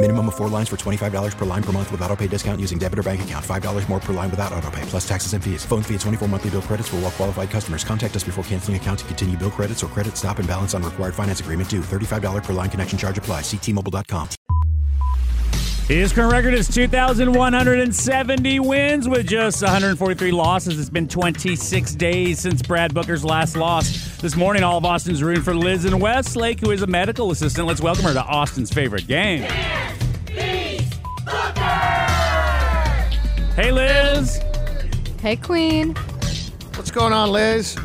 Minimum of four lines for $25 per line per month with auto pay discount using debit or bank account. $5 more per line without auto pay, plus taxes and fees. Phone fee at 24 monthly bill credits for all well qualified customers. Contact us before canceling account to continue bill credits or credit stop and balance on required finance agreement due. $35 per line connection charge apply. Ctmobile.com. His current record is 2,170 wins with just 143 losses. It's been 26 days since Brad Booker's last loss. This morning, all of Austin's rooting for Liz and Westlake, who is a medical assistant. Let's welcome her to Austin's favorite game. Hey, Liz. Hey, Queen. What's going on, Liz?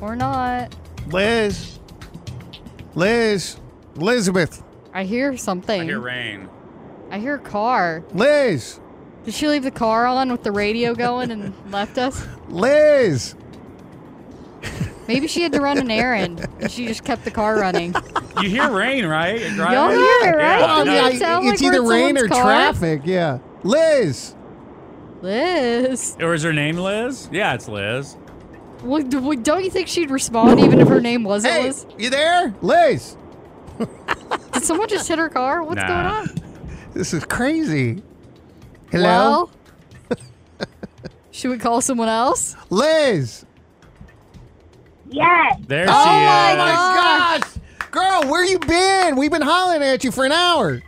Or not. Liz. Liz. Elizabeth. I hear something. I hear rain. I hear a car. Liz. Did she leave the car on with the radio going and left us? Liz. Maybe she had to run an errand and she just kept the car running. You hear rain, right? Y'all hear it, right? Yeah. I mean, No, I- it's sound like we're either in rain or someone's car? traffic. Yeah. Liz. Liz. Or is her name Liz? Yeah, it's Liz. Well, d- well, don't you think she'd respond even if her name wasn't Hey, Liz? you there? Liz. Did someone just hit her car? What's Nah. going on? This is crazy. Hello? Well, should we call someone else? Liz. Yes. There she oh my is. gosh. Girl, where you been? We've been hollering at you for an hour.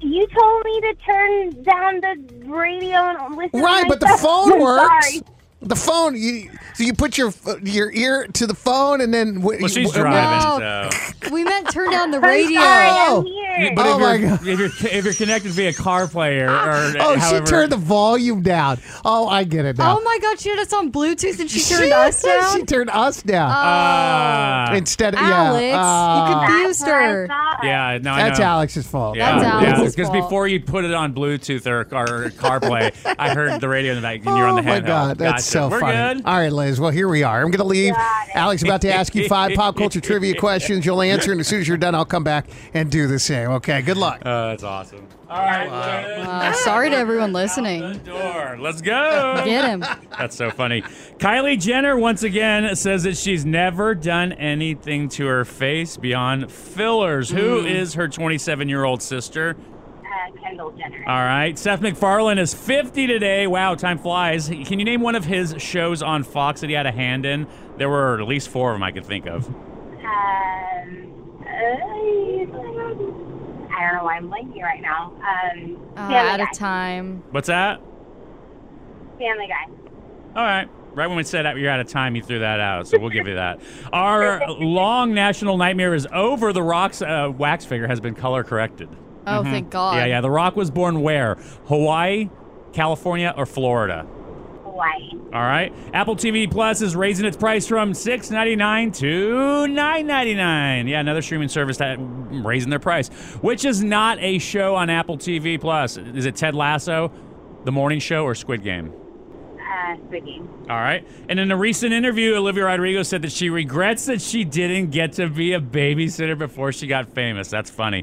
You told me to turn down the radio and listen Right, to but the myself. phone I'm works. Sorry. The phone, you, so you put your your ear to the phone, and then wh- Well, she's wh- driving, No. so. We meant turn down the I'm radio. sorry, Oh. I'm here. But Oh if my you're, God. If you're if you're connected via CarPlay or, or Oh, however, she turned the volume down. Oh, I get it now. Oh my god, she had us on Bluetooth and she turned She- us down? She turned us down Ah. instead of Alex, yeah. uh, you That's confused what I her. thought. yeah, no, that's I know. Alex's fault. Yeah, That's yeah. Alex's Because fault. before you put it on Bluetooth or, or CarPlay, I heard the radio in the back, and you're oh on the handheld. my God, that's Gotcha. so We're funny. good. All right, Liz. Well, here we are. I'm going to leave. Got it. Alex about to ask you five pop culture trivia questions. You'll answer, and as soon as you're done, I'll come back and do the same. Okay. Good luck. Uh, that's awesome. All right, Liz, Uh, sorry to everyone the listening. door. Let's go. Get him. Uh, That's so funny. Kylie Jenner once again says that she's never done anything to her face beyond fillers. Hmm. Who is her 27 year old sister? Uh, Kendall Jenner. All right. Seth MacFarlane is 50 today. Wow, time flies. Can you name one of his shows on Fox that he had a hand in? There were at least four of them I could think of. Um, uh, I don't know why I'm blanking right now. Um, Uh, Family out Guy. of time. What's that? Family Guy. All right. Right when we said that you're out of time, you threw that out, so we'll give you that. Our long national nightmare is over. The Rock's uh, wax figure has been color corrected. Oh, thank God. Mm-hmm. Yeah, yeah. The Rock was born where? Hawaii, California, or Florida? Hawaii. All right. Apple TV Plus is raising its price from six ninety nine to nine ninety nine. Yeah, another streaming service that raising their price, which is not a show on Apple TV Plus. Is it Ted Lasso, The Morning Show, or Squid Game? Uh, speaking. All right. And in a recent interview, Olivia Rodrigo said that she regrets that she didn't get to be a babysitter before she got famous. That's funny.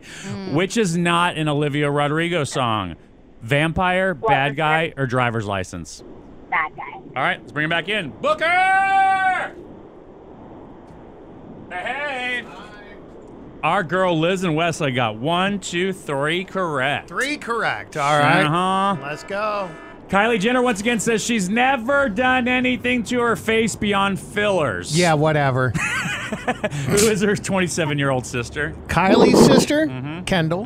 Which is not an Olivia Rodrigo song Vampire, Bad Guy, or Driver's License? Bad guy. All right, let's bring him back in. Booker! Hey! Our girl Liz and Wesley got one, two, three correct. Uh-huh. Three correct. All right. Uh huh. Let's go. Kylie Jenner once again says she's never done anything to her face beyond fillers. Yeah, whatever. Who is her 27 year old sister? Kylie's sister, Mm-hmm. Kendall.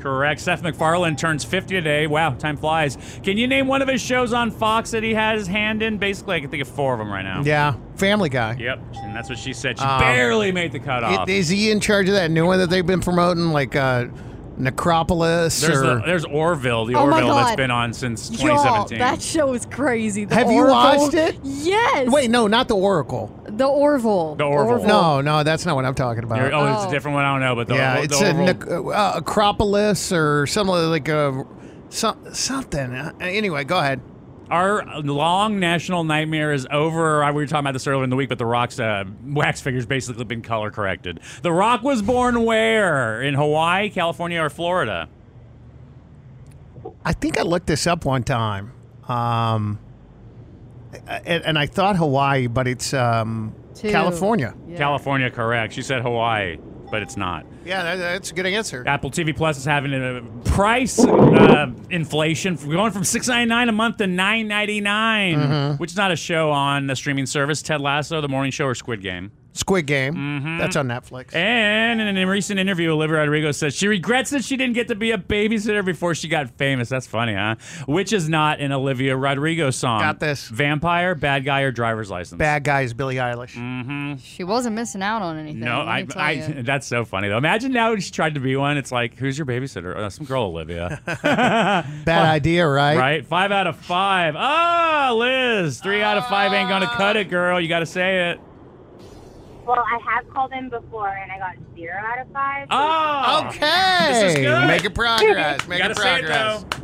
Correct. Seth MacFarlane turns 50 today. Wow, time flies. Can you name one of his shows on Fox that he has hand in? Basically, I can think of four of them right now. Yeah, Family Guy. Yep, and that's what she said. She Um, barely made the cutoff. Is is he in charge of that new one that they've been promoting, like uh, Necropolis? there's, or the, there's Orville, the Oh my Orville that's God. been on since Y'all, 2017. that show is crazy. The Have you Orville- watched it? Yes. wait, no, not the Oracle. The Orville. The Orville. No, no, that's not what I'm talking about. You're- oh, it's a Oh. different one. I don't know, but the, yeah, the it's a Orville- Nec- uh, Acropolis or something like a some, something. Uh, anyway, go ahead. Our long national nightmare is over. I- We were talking about this earlier in the week, but The Rock's uh, wax figure's basically been color corrected. The Rock was born where? In Hawaii, California, or Florida? I think I looked this up one time, um, and, and I thought Hawaii, but it's um, Two. California. Yeah. California, correct. She said Hawaii, but it's not. Yeah, that, that's a good answer. Apple TV Plus is having a price uh, inflation from going from six ninety nine a month to nine Mm-hmm. which is not a show on the streaming service. Ted Lasso, The Morning Show, or Squid Game. Squid Game. That's on Netflix. And in a recent interview, Olivia Rodrigo says she regrets that she didn't get to be a babysitter before she got famous. That's funny, huh? Which is not an Olivia Rodrigo song. Got this. Vampire, bad guy, or driver's license. Bad guys, Billie Eilish. She wasn't missing out on anything. No, let me I, tell I, you. that's so funny though. Imagine now she tried to be one. It's like, who's your babysitter? Oh, some girl, Olivia. Bad idea, right? right? Five out of five. Ah, Liz, three out of five ain't gonna cut it, girl. You gotta say it. Well, I have called in before and I got zero out of five. Ah. Oh, Okay. This is good. Making progress. You Making gotta say it progress. though.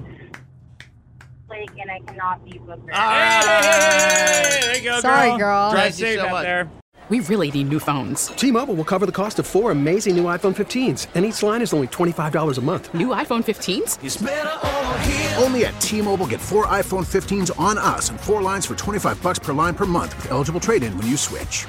Like, and I cannot be booked. Ah! Hey, there you go, Sorry, girl. Drive Thank you safe so out much. there. We really need new phones. T-Mobile will cover the cost of four amazing new iPhone 15s, and each line is only $25 a month. New iPhone 15s? Only at T-Mobile, get four iPhone 15s on us and four lines for 25 bucks per line per month with eligible trade-in when you switch.